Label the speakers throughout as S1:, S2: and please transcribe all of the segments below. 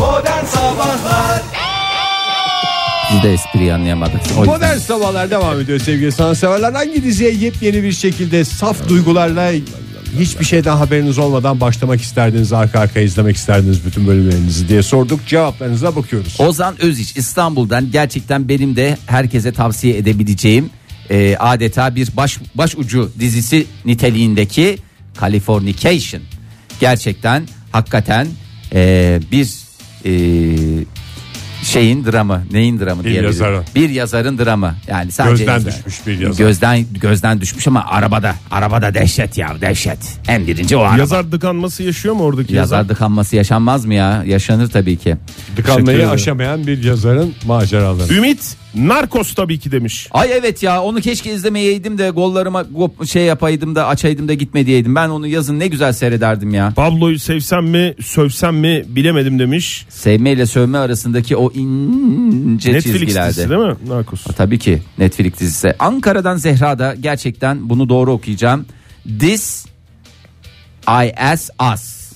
S1: Modern Sabahlar
S2: Sizde espriyi anlayamadık. O yüzden.
S1: Modern Sabahlar devam ediyor sevgili sanatseverler. Hangi diziye yepyeni bir şekilde saf duygularla hiçbir şeyden haberiniz olmadan başlamak isterdiniz, arka arka izlemek isterdiniz bütün bölümlerinizi diye sorduk. Cevaplarınıza bakıyoruz.
S2: Ozan Öziç İstanbul'dan gerçekten benim de herkese tavsiye edebileceğim e, adeta bir baş baş ucu dizisi niteliğindeki Californication. Gerçekten hakikaten e, bir e, şeyin dramı neyin dramı
S1: Bir
S2: diyebiliriz.
S1: yazarın.
S2: Bir yazarın dramı. Yani sadece
S1: Gözden düşmüş bir yazar.
S2: Gözden gözden düşmüş ama arabada. Arabada dehşet ya dehşet. En birinci o araba.
S3: Yazar dıkanması yaşıyor mu oradaki yazar?
S2: Yazar dıkanması yaşanmaz mı ya? Yaşanır tabii ki.
S3: Teşekkür
S1: Tıkanmayı
S3: ederim.
S1: aşamayan bir yazarın maceraları.
S3: Ümit Narkos tabii ki demiş.
S2: Ay evet ya onu keşke izlemeyeydim de gollarıma gop- şey yapaydım da açaydım da gitme diyeydim. Ben onu yazın ne güzel seyrederdim ya.
S3: Pablo'yu sevsem mi sövsem mi bilemedim demiş.
S2: Sevme ile sövme arasındaki o ince
S3: Netflix
S2: çizgilerde.
S3: dizisi değil mi? Narkos.
S2: Tabii ki Netflix dizisi. Ankara'dan Zehra da gerçekten bunu doğru okuyacağım. This I S Us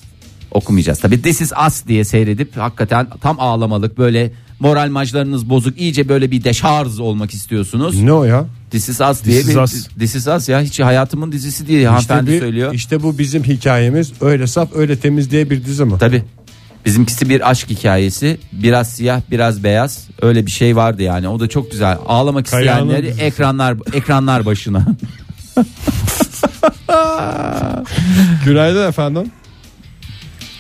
S2: okumayacağız. Tabii This is Us diye seyredip hakikaten tam ağlamalık böyle moral majlarınız bozuk iyice böyle bir deşarj olmak istiyorsunuz.
S1: Ne o ya?
S2: This is Us diye
S3: This is
S2: bir
S3: Us.
S2: This is Us ya hiç hayatımın dizisi diye hanımefendi
S1: bir-
S2: söylüyor.
S1: işte bu bizim hikayemiz. Öyle saf, öyle temiz diye bir dizi mi?
S2: Tabi. Bizimkisi bir aşk hikayesi. Biraz siyah, biraz beyaz. Öyle bir şey vardı yani. O da çok güzel. Ağlamak
S3: Kayağının
S2: isteyenleri
S3: dizisi.
S2: ekranlar ekranlar başına.
S1: Günaydın efendim.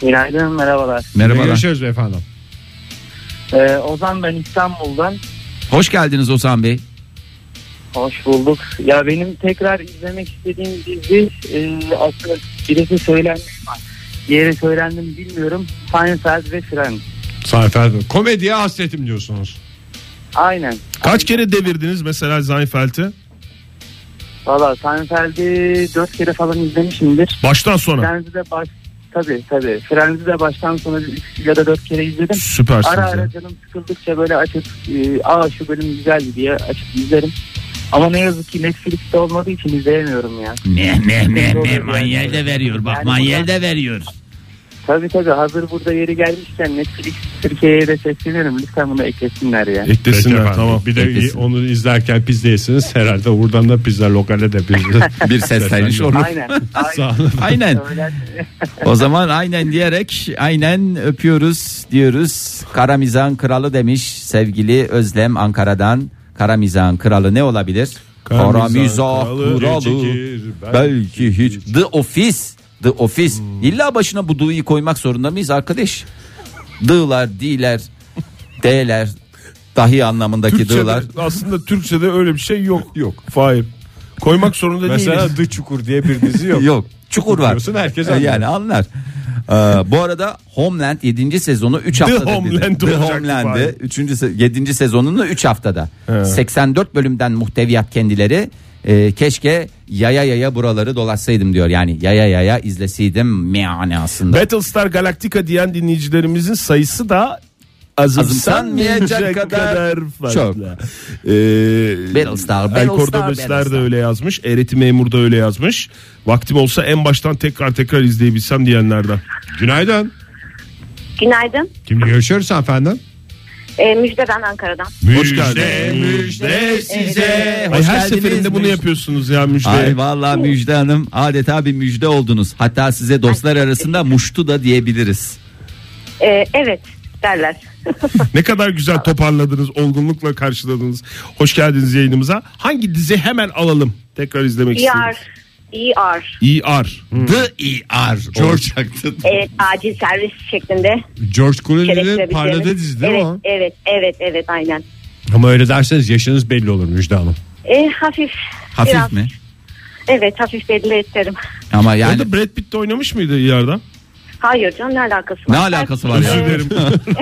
S4: Günaydın merhabalar.
S1: Görüşürüz efendim.
S4: Ee, Ozan ben İstanbul'dan.
S2: Hoş geldiniz Ozan Bey.
S4: Hoş bulduk. Ya benim tekrar izlemek istediğim dizi e, aslında birisi söylenmiş ama diğeri söylendi mi bilmiyorum. Seinfeld ve Friends.
S1: Seinfeld. Komediye hasretim diyorsunuz.
S4: Aynen.
S3: Kaç kere devirdiniz mesela Seinfeld'i?
S4: Valla Seinfeld'i dört kere falan izlemişimdir.
S3: Baştan sona.
S4: Friends'i de baş... Tabii tabii. Friends'i de baştan sona bir üç ya da dört kere izledim.
S3: Süpersiniz.
S4: Ara
S3: ya.
S4: ara canım sıkıldıkça böyle açıp e, aa şu bölüm güzeldi diye açıp izlerim. Ama ne yazık ki Netflix'te olmadığı için izleyemiyorum ya.
S2: Ne ne
S4: ne, ne, manyel de veriyor, bak, manyel
S2: de veriyor.
S4: Tabii tabii hazır burada yeri gelmişken Netflix Türkiye'ye de seslenirim. Lütfen bunu eklesinler ya.
S3: Eklesinler tamam.
S1: Bir de
S2: Eklesin.
S1: onu izlerken pizza yesiniz herhalde buradan da pizza lokale de pizza.
S2: Bir sesleniş olur.
S4: Aynen. Aynen.
S1: Sağ olun.
S2: Aynen.
S4: Öyle.
S2: O zaman aynen diyerek aynen öpüyoruz diyoruz. Karamizan kralı demiş sevgili Özlem Ankara'dan. Karamizan kralı ne olabilir?
S3: Karamizan
S2: Karamizan
S3: kralı,
S2: kralı,
S1: Çekir, ben-
S2: belki hiç. The Office. The Office. İlla başına bu D'yi koymak zorunda mıyız arkadaş? D'lar, D'ler, D'ler. Dahi anlamındaki
S3: Türkçe'de,
S2: D'lar.
S3: aslında Türkçe'de öyle bir şey yok.
S1: Yok.
S3: Hayır. Koymak zorunda değiliz.
S1: Mesela The Çukur diye bir dizi yok.
S2: Yok. Çukur var.
S1: Diyorsun, herkes
S2: Ee, Yani anlar. Ee, bu arada Homeland 7. sezonu 3 haftada.
S3: Homeland
S2: The
S3: olacaktı
S2: Homeland'ı
S3: bari.
S2: 3. 7. sezonunu 3 haftada. 84 bölümden muhteviyat kendileri. Ee, keşke yaya yaya buraları dolaşsaydım diyor. Yani yaya yaya izleseydim manasında.
S3: Battlestar Galactica diyen dinleyicilerimizin sayısı da azımsanmayacak
S2: Azımsanmayacak kadar
S3: kadar
S2: çok.
S3: fazla. Ee,
S2: Battlestar,
S3: El
S2: Battlestar,
S3: Cordobesler de
S2: Battlestar.
S3: öyle yazmış. Eğreti memur da öyle yazmış. Vaktim olsa en baştan tekrar tekrar izleyebilsem diyenlerden.
S1: Günaydın.
S5: Günaydın.
S1: Kimle görüşüyoruz efendim?
S5: Ee, müjde ben Ankara'dan.
S3: Hoş geldin.
S1: müjde
S2: size.
S3: Ay, her seferinde bunu
S2: yapıyor.
S3: yapıyorsunuz ya müjde.
S2: Ay valla Müjde Hanım adeta bir müjde oldunuz. Hatta size dostlar arasında muştu da diyebiliriz.
S5: Ee, evet derler.
S3: Ne kadar güzel toparladınız, olgunlukla karşıladınız. Hoş geldiniz yayınımıza. Hangi dizi hemen alalım? Tekrar izlemek istiyorum.
S5: ER. ER.
S3: ER.
S2: The ER olacaktı.
S5: Evet, e, acil servis şeklinde.
S1: George Clooney'nin
S5: gerektirebileceğimiz-
S1: parladığı dizi değil
S5: evet,
S1: mi o?
S5: Evet, evet, evet aynen.
S1: Ama öyle derseniz yaşınız belli olur Müjde Hanım.
S5: Ee, hafif.
S2: Hafif
S5: biraz-
S2: mi?
S5: Evet hafif belli ederim.
S2: Ama
S3: Yani...
S2: yani
S3: Orada Brad Pitt de oynamış mıydı E ER'da?
S5: Hayır canım ne alakası var?
S2: ne alakası var
S3: Özür
S2: ya?
S3: dilerim.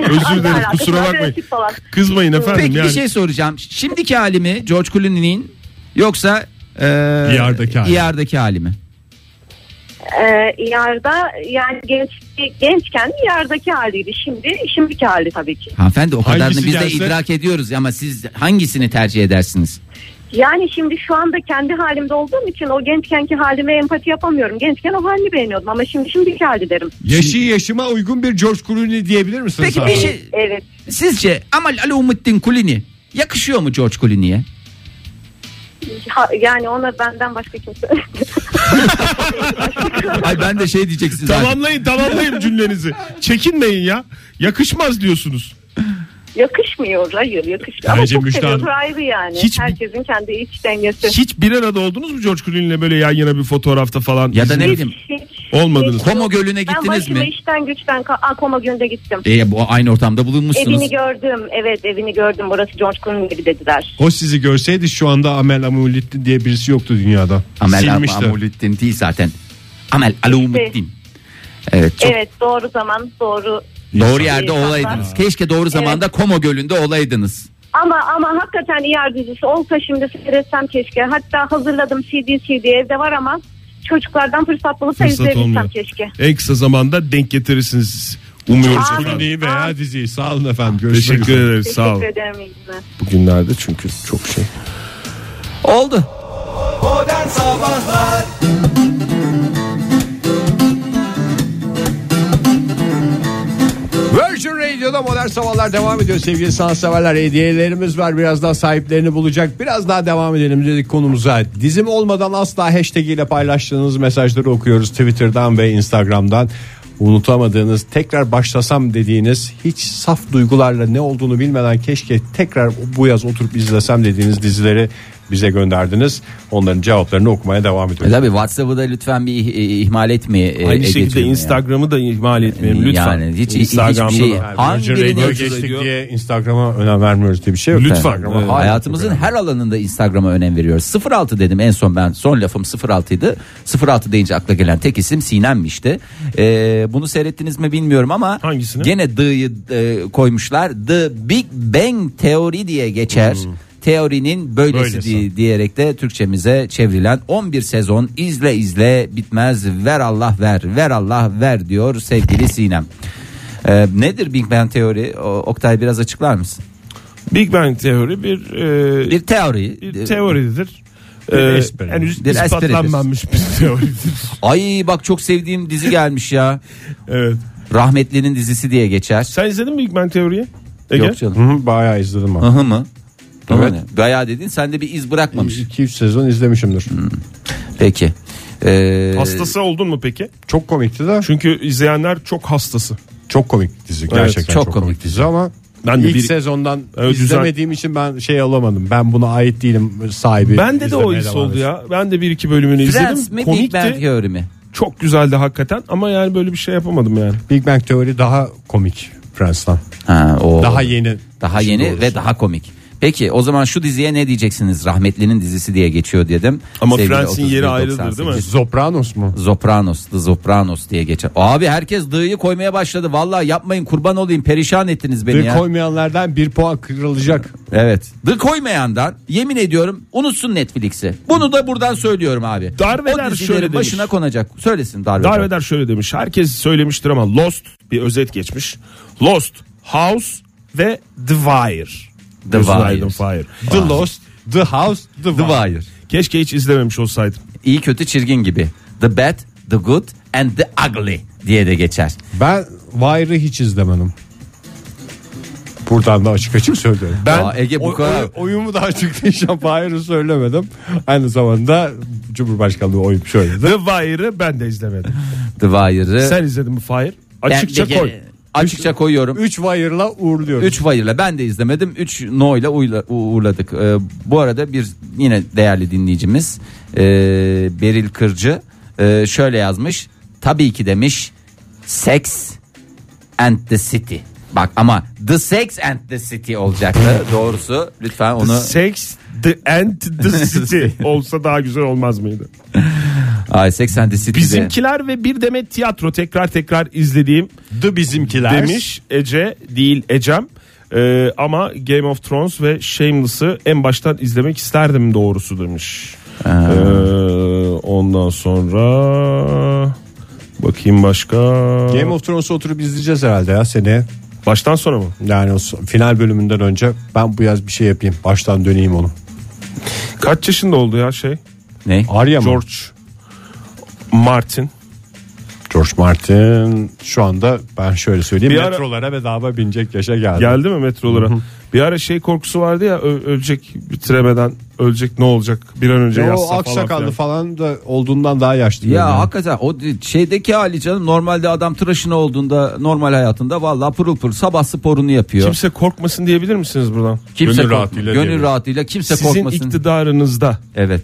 S3: Özür dilerim. Kusura bakmayın. Kızmayın efendim
S2: Peki
S3: yani.
S2: bir şey soracağım. Şimdiki hali mi George Clooney'nin yoksa e,
S1: ER'deki hali.
S2: ER'deki hali mi?
S5: Ee, yarda yani genç gençken yardaki haliydi şimdi şimdiki hali tabii ki.
S2: Hanımefendi o kadarını
S1: Hangisi
S2: biz de
S1: gelse-
S2: idrak ediyoruz ama siz hangisini tercih edersiniz?
S5: Yani şimdi şu anda kendi halimde olduğum için o gençkenki halime empati yapamıyorum. Gençken o halini beğeniyordum ama şimdi şimdiki hali derim.
S1: Yaşı yaşıma uygun bir George Clooney diyebilir misiniz?
S2: Peki
S1: abi?
S2: bir şey
S5: Evet.
S2: sizce Amal Alaumuddin Kulini yakışıyor mu George Kulini'ye?
S5: Ha- yani ona benden başka kimse.
S2: Ay ben de şey diyeceksin zaten.
S3: Tamamlayın tamamlayın cümlenizi. Çekinmeyin ya. Yakışmaz diyorsunuz.
S5: yakışmıyor. Hayır yakışmıyor.
S3: Bence
S5: ama çok
S3: Müjde Hanım,
S5: seviyordur ayrı yani.
S3: hiç-
S5: Herkesin kendi iç dengesi.
S3: Hiç bir arada oldunuz mu George Clooney'le böyle yan yana bir fotoğrafta falan?
S2: Ya da ne
S3: İzin-
S2: bileyim
S5: Hiç-
S3: Olmadınız.
S2: Komo Gölü'ne
S5: Ben
S2: gittiniz
S5: başımı
S2: mi?
S5: işten güçten ka- Aa, Koma Gölü'ne gittim.
S2: E, bu aynı ortamda bulunmuşsunuz.
S5: Evini gördüm. Evet evini gördüm. Burası George Clooney gibi dediler.
S1: O sizi görseydi şu anda Amel Amulitti diye birisi yoktu dünyada.
S2: Amel
S1: Silmişti.
S2: Alaumuddin değil zaten. Amel Alaumuddin. Evet Ee, çok
S5: Evet doğru zaman doğru. Şey,
S2: doğru yerde
S5: İnsanlar.
S2: olaydınız. Keşke doğru zamanda Komo Gölü'nde olaydınız.
S5: Ama ama hakikaten iyi yardımcısı olsa şimdi seyretsem keşke. Hatta hazırladım CD CD evde var ama çocuklardan fırsat bulup da
S3: Fırsat
S5: izleyebilsem
S3: olmuyor.
S5: keşke.
S3: En kısa zamanda denk getirirsiniz. Umuyoruz.
S5: Aa,
S3: efendim.
S1: Clooney'i veya diziyi. Sağ olun efendim. Görüşmek
S3: Teşekkür
S1: üzere.
S3: ederiz. Sağ
S5: Teşekkür
S3: olun.
S5: ederim. iyi günler.
S1: Bugünlerde çünkü çok şey.
S2: Oldu.
S1: Virgin Radio'da modern sabahlar devam ediyor sevgili sanatseverler. Hediyelerimiz var biraz daha sahiplerini bulacak. Biraz daha devam edelim dedik konumuza. Dizim olmadan asla hashtag ile paylaştığınız mesajları okuyoruz Twitter'dan ve Instagram'dan. Unutamadığınız tekrar başlasam dediğiniz hiç saf duygularla ne olduğunu bilmeden keşke tekrar bu yaz oturup izlesem dediğiniz dizileri bize gönderdiniz. Onların cevaplarını okumaya devam
S2: E
S1: ediyoruz.
S2: tabi WhatsApp'ı da lütfen bir ih- eh, ihmal etme. eh,
S3: Aynı
S2: Ege'ciğim
S3: şekilde
S2: ya.
S3: Instagram'ı da ihmal etmeyelim lütfen.
S2: Yani hiç- hiç-
S3: Instagram'da
S2: hiçbir şey-
S3: da.
S1: Yani
S2: Hangi
S1: Virgin Radio
S2: birini-
S1: geçtik diye Instagram'a önem vermiyoruz diye bir şey yok.
S3: Lütfen.
S1: Instagram'a-
S3: Evet.
S2: Hayatımızın her alanında Instagram'a önem veriyoruz. 06 dedim en son ben son lafım 06'ydı. 06 deyince akla gelen tek isim Sinem'mişti. Ee, bunu seyrettiniz mi bilmiyorum ama
S3: Hangisini?
S2: gene D'yı e, koymuşlar. The Big Bang Teori diye geçer. Teorinin böylesi,
S3: Böylesi.
S2: diye- diyerek de Türkçemize çevrilen 11 sezon izle izle bitmez ver Allah ver ver Allah ver diyor sevgili Sinem. Ee, nedir Big Bang Teori? O- Oktay biraz açıklar mısın?
S3: Big Bang teori bir, e,
S2: Bir teori.
S3: bir teoridir. E,
S1: espri.
S3: henüz
S2: Bir espridir.
S3: ispatlanmamış bir teoridir.
S2: Ay bak çok sevdiğim dizi gelmiş ya.
S3: evet.
S2: Rahmetli'nin dizisi diye geçer.
S3: Sen izledin mi Big Bang teoriyi? Ege?
S2: Yok canım.
S1: Hı, bayağı izledim abi.
S2: Hı hı mı?
S1: Evet.
S2: Evet. Bayağı dedin sen de bir iz bırakmamış.
S1: 2-3 sezon izlemişimdir.
S2: Peki. Ee,
S3: Hastası oldun mu peki?
S1: Çok komikti de.
S3: Çünkü izleyenler çok hastası.
S1: Çok komik dizi gerçekten
S2: çok
S1: çok,
S2: komik
S1: komik, dizi ama
S3: Ben
S1: ben
S3: de
S1: ilk
S3: bir-
S1: sezondan
S3: Evet, düzen-
S1: izlemediğim için ben şey alamadım. Ben buna ait değilim sahibi.
S3: Bende de o
S1: izlemeye
S3: his
S1: devam
S3: oldu
S1: edeceğim.
S3: ya. Ben de bir iki bölümünü
S2: Prens mi
S3: izledim.
S2: Big Bang
S3: Komikti.
S2: Theory mi?
S3: Çok güzeldi hakikaten ama yani böyle bir şey yapamadım yani.
S1: Big Bang Theory daha komik Friends'tan.
S2: Ha, o.
S1: Daha yeni.
S2: Daha
S1: Şimdi
S2: yeni
S1: doğrusu.
S2: ve daha komik. Peki o zaman şu diziye ne diyeceksiniz? Rahmetli'nin dizisi diye geçiyor dedim.
S3: Ama
S2: Sevgili
S3: Friends'in yeri
S2: 31.98.
S3: ayrıdır, değil mi?
S1: Sopranos mu?
S2: Sopranos, The Sopranos diye geçer. Abi herkes D'yi koymaya başladı. Vallahi yapmayın kurban olayım perişan ettiniz beni
S1: Ve
S2: ya.
S1: koymayanlardan bir puan kırılacak.
S2: Evet. The Koymayan'dan yemin ediyorum unutsun Netflix'i. Bunu da buradan söylüyorum abi.
S3: Darveder
S2: o dizilerin
S3: şöyle demiş.
S2: başına konacak. Söylesin Darveder.
S3: Darveder şöyle demiş. Herkes söylemiştir ama Lost bir özet geçmiş. Lost, House ve The Wire.
S2: The
S3: Gözün
S2: Wire.
S3: aydın Fire.
S1: The Lost, The House, The,
S2: The
S1: Wire.
S2: Wire.
S3: Keşke hiç izlememiş olsaydım.
S2: İyi kötü çirkin gibi. The Bad, The Good and The Ugly diye de geçer.
S1: Ben Wire'ı hiç izlemedim. Buradan da açık açık söylüyorum. Ben
S2: Aa, Ege bu
S1: oy-
S2: kadar-
S1: oy- oyumu da açıklayacağım. Wire'ı söylemedim. Aynı zamanda Cumhurbaşkanlığı oyum söyledi.
S3: The Wire'ı ben de izlemedim.
S2: The Wire'ı
S3: Sen izledin mi Fire?
S2: Ee, ben
S3: Açıkça
S2: de-
S3: koy.
S2: Açıkça koyuyorum.
S1: 3 Wire'la uğurluyorum.
S2: 3 Wire'la ben de izlemedim. 3 No ile uyla- u- uğurladık. Ee, bu arada bir yine değerli dinleyicimiz ee, Beril Kırcı ee, şöyle yazmış. Tabii ki demiş Sex and the City. Bak ama The Sex and the City olacaktı doğrusu. Lütfen onu
S3: Sex, The and The City olsa daha güzel olmaz mıydı?
S2: Ay Sex and the City'de.
S3: Bizimkiler ve bir demet tiyatro tekrar tekrar izlediğim
S1: The bizimkiler.
S3: demiş Ece değil Ecem. Ee, ama Game of Thrones ve Shameless'ı en baştan izlemek isterdim doğrusu demiş. Ee, ondan sonra bakayım başka.
S1: Game of Thrones'u oturup izleyeceğiz herhalde ya seneye.
S3: Baştan sonra mı?
S1: Yani o son- final bölümünden önce ben bu yaz bir şey yapayım. Baştan döneyim onu.
S3: Kaç yaşında oldu ya şey?
S2: Ne?
S1: Arya mı?
S3: George Martin.
S1: George Martin şu anda ben şöyle söyleyeyim
S3: Bir ara-
S1: metrolara bedava binecek yaşa geldi.
S3: Geldi mi metrolara? Bir ara şey korkusu vardı ya ö- ölecek bitiremeden ölecek ne olacak bir an önce
S1: O
S3: yazsa
S1: aksakallı
S3: falan. filan.
S1: falan da olduğundan daha yaşlı.
S2: Ya
S1: görünüyor.
S2: hakikaten o şeydeki hali canım normalde adam tıraşına olduğunda normal hayatında vallahi pırıl pırıl sabah sporunu yapıyor.
S3: Kimse korkmasın diyebilir misiniz buradan?
S2: Kimse
S1: Gönül
S2: kork-
S1: rahatlığıyla
S2: Gönül
S1: diyelim.
S2: rahatlığıyla kimse
S3: Sizin
S2: korkmasın.
S3: iktidarınızda
S2: evet.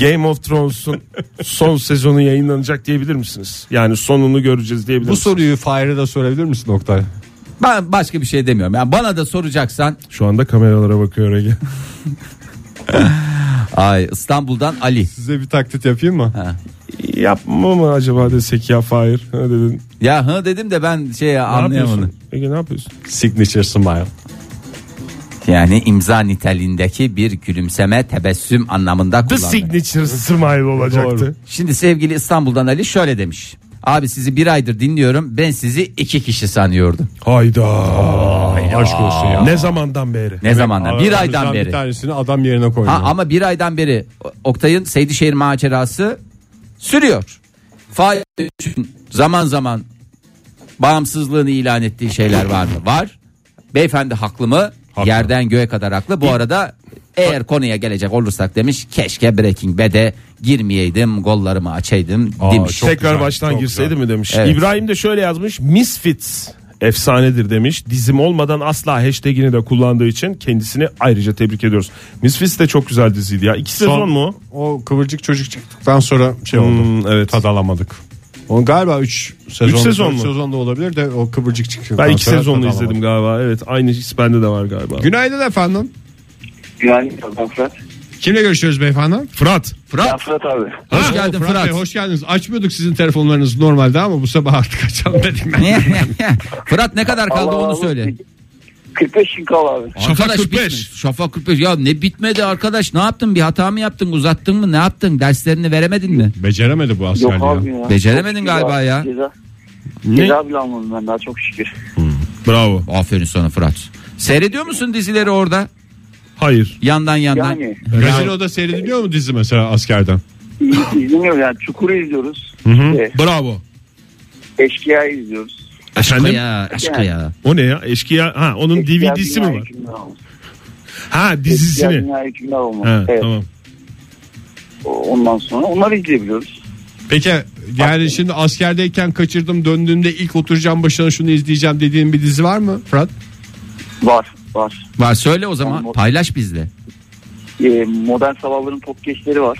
S3: Game of Thrones'un son sezonu yayınlanacak diyebilir misiniz? Yani sonunu göreceğiz diyebilir
S1: Bu
S3: misiniz?
S1: soruyu Fahir'e de sorabilir misin Oktay?
S2: Ben başka bir şey demiyorum. Yani bana da soracaksan
S3: Şu anda kameralara bakıyor Ege.
S2: ay İstanbul'dan Ali.
S1: Size bir taklit yapayım mı?
S3: Yapma mı acaba desek ya Fahir? Ha dedin.
S2: Ya hı dedim de ben şey
S3: Ne
S2: anlayamadım.
S3: yapıyorsun? Ege ne yapıyorsun?
S1: Signature smile.
S2: Yani imza niteliğindeki bir gülümseme, tebessüm anlamında
S3: The
S2: kullanılıyor.
S3: Signature Smile olacaktı.
S1: Doğru.
S2: Şimdi sevgili İstanbul'dan Ali şöyle demiş. Abi sizi bir aydır dinliyorum. Ben sizi iki kişi sanıyordum.
S3: Hayda.
S1: aşk olsun ya.
S3: Ne zamandan beri?
S2: Ne zamandan? Bir aydan
S1: Bir
S2: beri.
S1: tanesini adam yerine koydum.
S2: Ha, ama bir aydan beri Oktay'ın Seydişehir macerası sürüyor. Fahir Öğünç'ün zaman zaman bağımsızlığını ilan ettiği şeyler var mı? Var. Beyefendi haklı mı? Yerden göğe kadar haklı. Bu arada eğer konuya gelecek olursak demiş keşke Breaking Bad'e girmeyeydim gollarımı açaydım demiş.
S1: çok
S3: Tekrar
S1: güzel,
S3: baştan
S1: çok
S3: girseydi
S1: güzel.
S3: mi demiş.
S2: Evet.
S3: İbrahim de şöyle yazmış. Misfits efsanedir demiş. Dizim olmadan asla hashtagini de kullandığı için kendisini ayrıca tebrik ediyoruz. Misfits de çok güzel diziydi ya. İki sezon mu?
S1: O kıvırcık çocuk çıktıktan sonra şey
S3: Hmm,
S1: oldu.
S3: evet.
S1: Tad alamadık. O galiba 3 sezon.
S3: Üç sezon mu?
S1: da olabilir de o kıvırcık çıktıktan
S3: Ben iki
S1: sonra tad
S3: sezonunu
S1: alamadık.
S3: izledim galiba. Evet aynı his bende de var galiba.
S1: Günaydın efendim.
S4: Güvenlik Fırat. Fırat.
S1: Kimle görüşüyoruz beyefendi?
S3: Fırat.
S4: Ya Fırat abi.
S2: Hoş
S1: Ha,
S2: geldin
S1: o
S2: Fırat.
S1: Bey, hoş geldiniz. Açmıyorduk sizin telefonlarınızı normalde ama bu sabah artık açalım dedim ben.
S2: Fırat ne kadar kaldı
S4: Allah
S2: onu
S4: Allah.
S2: söyle.
S4: 45 gün kal abi.
S3: Şafak
S2: Arkadaş
S3: 45.
S2: bitmiş. Şafak 45. Ya ne bitmedi arkadaş? Ne yaptın? Bir hata mı yaptın? Uzattın mı? Ne yaptın? Derslerini veremedin mi?
S1: Beceremedi bu askerliği.
S4: Yok abi ya.
S2: Beceremedin
S4: Çok
S2: galiba
S4: güzel.
S2: ya.
S4: Ceza.
S3: Ne?
S4: Ceza bile almadım ben daha çok şükür.
S3: Bravo.
S2: Aferin sana Fırat. Seyrediyor musun dizileri orada?
S3: Hayır.
S2: Yandan yandan.
S4: Yani
S1: Gazino'da seyrediliyor mu dizi mesela askerden?
S4: iz- izlemiyorum yani Çukur'u izliyoruz. İşte
S3: Bravo.
S4: Eşkıya'yı izliyoruz.
S2: Aşkı
S3: Efendim?
S2: ya, aşkı
S4: Yani.
S2: ya.
S3: O ne ya? Eşkıya. Ha onun
S4: Eşkıya
S3: DVD'si
S4: Dünya
S3: mi var?
S4: Hükümdar olmuş.
S3: Ha
S4: Eşkıya
S3: dizisini.
S4: Dünya Hükümdar olmuş.
S3: Ha,
S4: evet.
S3: tamam.
S4: O- Ondan sonra onları izleyebiliyoruz.
S1: Peki yani şimdi askerdeyken kaçırdım döndüğümde ilk oturacağım başına şunu izleyeceğim dediğin bir dizi var mı Fırat?
S4: Var var.
S2: Var söyle o zaman
S4: Tamam.
S2: paylaş bizle.
S4: Ee, modern sabahların top geçleri var.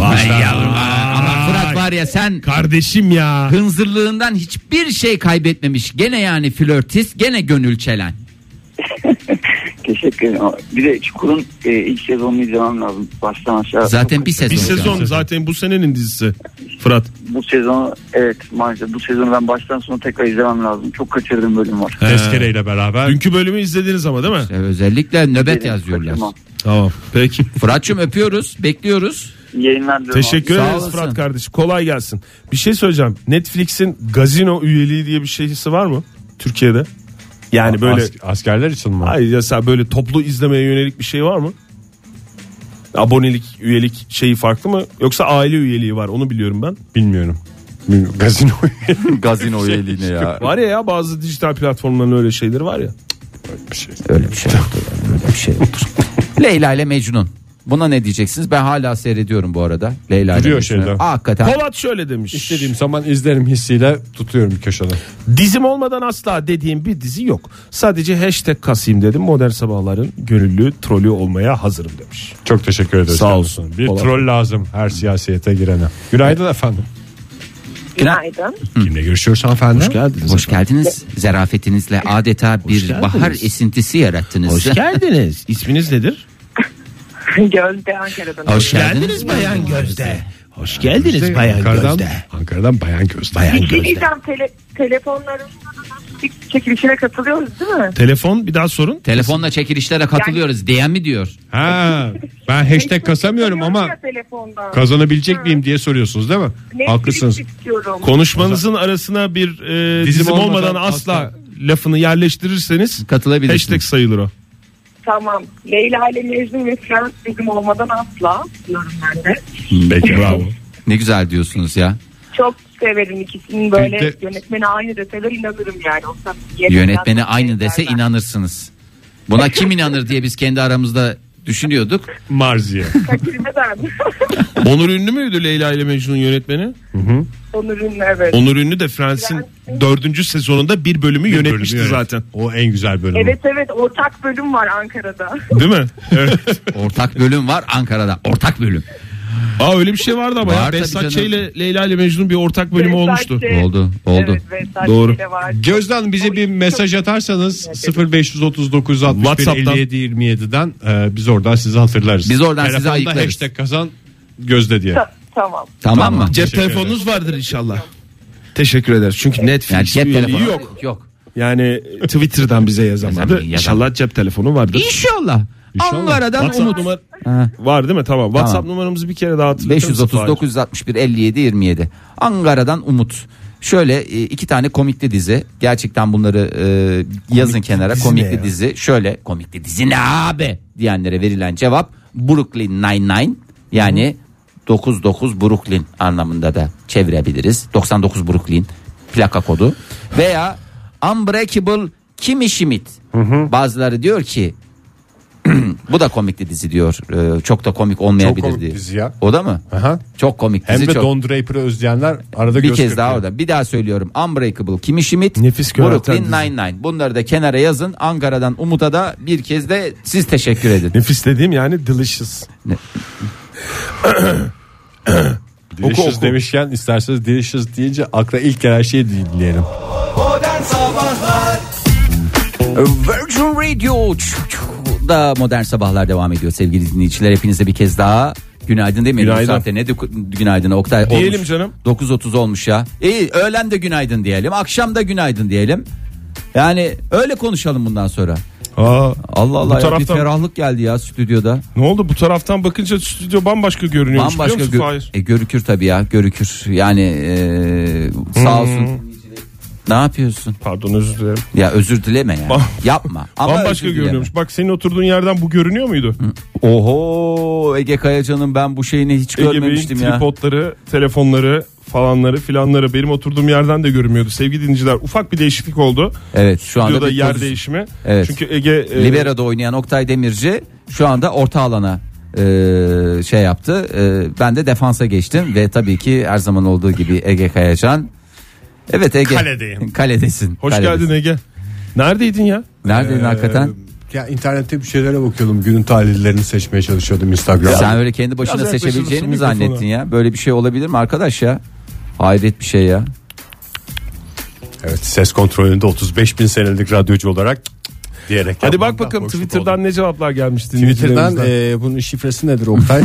S2: Ay yavrum, Ama Fırat var ya sen
S3: Kardeşim ya.
S2: hınzırlığından hiçbir şey kaybetmemiş. Gene yani flörtist, gene gönül çelen.
S4: Teşekkür ederim. Bir de Çukur'un e, ilk sezonunu izlemem lazım. Baştan aşağı.
S2: Zaten
S4: Çok-
S2: bir sezon.
S3: Bir
S2: kaldı.
S3: sezon zaten bu senenin dizisi. Fırat.
S4: Bu sezonu evet maalesef bu sezonu ben baştan sona tekrar izlemem lazım. Çok kaçırdığım bölüm var.
S1: Tezkere ile beraber.
S3: Dünkü bölümü izlediniz ama değil mi?
S2: Ee, Özellikle nöbet
S4: Benim
S2: yazıyorlar.
S4: kaçırmam.
S3: Tamam. Peki.
S2: Fırat'cığım öpüyoruz, bekliyoruz.
S4: İyi Yayınlar diliyorum.
S3: Teşekkür
S2: Sağ
S3: ederiz
S2: olasın.
S3: Fırat kardeşim. Kolay gelsin. Bir şey söyleyeceğim. Netflix'in gazino üyeliği diye bir şeysi var mı Türkiye'de? Yani böyle
S1: As- askerler için mi?
S3: hayır ya sen böyle toplu izlemeye yönelik bir şey var mı? Abonelik, üyelik şeyi farklı mı? Yoksa aile üyeliği var onu biliyorum ben.
S1: Bilmiyorum. Bilmiyorum. Gazino.
S2: Gazino üyeliğine ya.
S3: Var ya ya bazı dijital platformların öyle şeyleri var ya.
S2: Öyle bir şey yoktu. Öyle bir şey yoktu. Leyla ile Mecnun. Buna ne diyeceksiniz? Ben hala seyrediyorum bu arada. Leyla ile
S1: Duruyor
S2: Mecnun.
S1: şeyler.
S2: Aa, Hakikaten.
S3: Polat şöyle demiş.
S1: İstediğim zaman izlerim hissiyle tutuyorum bir köşede.
S3: Dizim olmadan asla dediğim bir dizi yok. Sadece hashtag kasayım dedim. Modern sabahların gönüllü trolü olmaya hazırım demiş.
S1: Çok teşekkür ederiz.
S3: Sağ olsun.
S1: Bir
S3: Kolay.
S1: troll lazım her siyasete girene. Günaydın efendim.
S6: Günaydın.
S1: Kimle görüşüyoruz hanımefendi?
S3: Hoş geldiniz.
S2: Hoş geldiniz. Zarafetinizle adeta bir
S3: geldiniz.
S2: bahar esintisi yarattınız.
S3: Hoş geldiniz. İsminiz nedir?
S6: Gözde Ankara'dan.
S2: Hoş
S3: Bayan Gözde. Hoş geldiniz
S1: Ankara'dan, Ankara'dan Bayan Gözde. Bayan
S6: Bir şey diyeceğim tele, telefonların çekilişine katılıyoruz değil mi?
S3: Telefon bir daha sorun.
S2: Telefonla çekilişlere katılıyoruz diyen mi diyor?
S1: Ha, ben hashtag kasamıyorum ama
S6: Ya telefondan.
S1: kazanabilecek miyim diye soruyorsunuz değil mi?
S6: Netflix
S1: Haklısınız.
S6: istiyorum.
S3: Konuşmanızın arasına bir e,
S1: Dizim
S3: dizim, olmadan,
S1: olmadan
S3: asla,
S1: asla-
S3: lafını yerleştirirseniz
S2: Katılabilirsiniz.
S3: hashtag sayılır o.
S6: Tamam. Leyla ile Mecnun ve Prens Begüm olmadan asla diyorum ben de.
S3: Peki bravo.
S2: Ne güzel diyorsunuz ya.
S6: Çok severim ikisinin böyle
S1: Peki.
S6: yönetmeni aynı deseler inanırım yani. O samimiyet-
S2: Yönetmeni
S6: şey
S2: aynı dese inanırsınız. Buna kim inanır diye biz kendi aramızda düşünüyorduk.
S1: Marziye.
S6: Kaçırmaz abi.
S3: Onur Ünlü müydü Leyla ile Mecnun'un yönetmeni?
S6: Onur'un evet.
S3: Onur Ünlü de Friends'in dördüncü sezonunda bir bölümü yönetmişti
S1: Bölümü yönet.
S3: zaten.
S1: O en güzel bölüm.
S6: Evet evet ortak bölüm var Ankara'da.
S3: Değil mi? Evet.
S2: Ortak bölüm var Ankara'da. Ortak bölüm.
S3: Aa öyle bir şey vardı ama ya.
S2: Var tabii
S3: Behzatçı
S2: canım.
S3: ile Leyla ile Mecnun bir ortak bölümü olmuştu.
S6: Versace-
S2: Oldu, oldu.
S6: Evet, Versace
S3: Doğru.
S6: de var.
S1: Gözden bize bir mesaj atarsanız 0539 61
S3: WhatsApp'tan.
S1: 57 27'den e, biz oradan sizi hatırlarız.
S2: Biz oradan sizi
S1: Telefonda
S2: ayıklarız.
S1: hashtag kazan Gözde diye.
S6: Ta- tamam.
S2: Tamam, mı?
S3: Cep
S1: Teşekkür
S3: telefonunuz vardır inşallah. Teşekkür ederiz. Çünkü Netflix
S2: Yani cep
S3: üyeliği
S2: telefonu
S3: yok.
S2: Yok.
S3: Yani Twitter'dan bize yazamadı.
S2: Yazamadı,
S3: İnşallah cep telefonu vardır.
S2: İnşallah.
S1: İnşallah.
S2: Ankara'dan
S3: şey WhatsApp
S2: Umut.
S3: numara-
S2: Ha.
S3: var değil mi? Tamam. WhatsApp numaramızı bir kere daha hatırlatır mısın
S2: 539 161 57 27. Ankara'dan Umut. Şöyle e, iki tane komikli dizi. Gerçekten bunları e, yazın kenara.
S3: dizi ne
S2: komikli
S3: ya?
S2: dizi. Şöyle komikli dizi ne abi diyenlere verilen cevap Brooklyn Nine-Nine. Yani 99 Brooklyn anlamında da çevirebiliriz. 99 Brooklyn plaka kodu. Veya Unbreakable Kimi Schmidt. Bazıları diyor ki bu da komikli dizi diyor. E, çok da komik olmayabilir
S1: komik
S2: diye.
S1: dizi ya.
S2: O da mı?
S1: Aha.
S2: Çok komik
S1: Hem
S2: dizi
S1: de
S2: çok.
S1: Don Draper'ı özleyenler arada
S2: bir
S1: göz
S2: kez daha
S1: kırpıyor.
S2: orada. Bir daha söylüyorum. Unbreakable, Kimi Schmidt,
S3: Nefis görüntüler
S2: Brooklyn
S3: dizi.
S2: Nine-Nine. Bunları da kenara yazın. Ankara'dan Umut'a da bir kez de siz teşekkür edin.
S3: Nefis dediğim yani delicious.
S1: Delicious
S3: Oku, oku.
S1: demişken isterseniz Delicious deyince akla ilk gelen şeyi dinleyelim.
S2: Virgin Radio da modern sabahlar devam ediyor sevgili dinleyiciler. Hepinize bir kez daha günaydın değil mi?
S3: Günaydın.
S2: Bu saatte ne de- günaydın Oktay?
S3: Diyelim
S2: Olmuş.
S3: canım.
S2: 9.30 olmuş ya. İyi öğlen de günaydın diyelim. Akşam da günaydın diyelim. Yani öyle konuşalım bundan sonra.
S3: Aa,
S2: Allah Allah
S3: Bu
S2: ya
S3: taraftan-
S2: bir ferahlık geldi ya stüdyoda.
S3: ne oldu? Bu taraftan bakınca stüdyo bambaşka görünüyormuş
S2: Bambaşka
S3: biliyor musun?
S2: gö-
S3: Fahir?
S2: e, görükür tabii ya görükür. Yani e,
S3: Hmm.
S2: sağ olsun. Ne yapıyorsun?
S3: Pardon özür dilerim.
S2: Ya özür dileme ya.
S3: Bam-
S2: Yapma. Ama özür
S3: bambaşka
S2: dileme.
S3: görünüyormuş. Bak senin oturduğun yerden bu görünüyor muydu?
S2: Oho Ege Kayacan'ın ben bu şeyini hiç
S3: Ege Bey'in
S2: görmemiştim ya.
S3: tripodları, telefonları falanları filanları benim oturduğum yerden de görünmüyordu. Sevgili dinleyiciler ufak bir değişiklik oldu.
S2: Evet şu anda
S3: Stüdyoda
S2: bir
S3: yer
S2: poz-
S3: değişimi.
S2: Evet.
S3: Çünkü Ege e,
S2: Libero'da oynayan Oktay Demirci şu anda orta alana e, şey yaptı. E, ben de defansa geçtim ve tabii ki her zaman olduğu gibi Ege Kayacan. Evet Ege.
S1: Kaledeyim.
S2: Kaledesin.
S3: hoş
S2: kaledesin.
S3: geldin Ege. Neredeydin ya?
S2: Neredeydin
S3: Ee,
S2: hakikaten?
S1: Ee, Ya internette bir şeylere bakıyordum. Günün talihlerini seçmeye çalışıyordum Instagram'da.
S2: Sen öyle kendi başına
S3: Biraz yaklaşır
S2: seçebileceğini mi
S3: mısın mikrofona?
S2: zannettin ya? Böyle bir şey olabilir mi arkadaş ya? Hayret bir şey ya.
S1: Evet ses kontrolünde 35 bin senelik radyocu olarak cık cık cık diyerek.
S3: Hadi bak
S1: yapmamdan
S3: bakalım
S1: hoşnut
S3: Twitter'dan
S1: oldum.
S3: ne cevaplar gelmişti.
S1: Twitter'dan e, bunun şifresi nedir Oktay?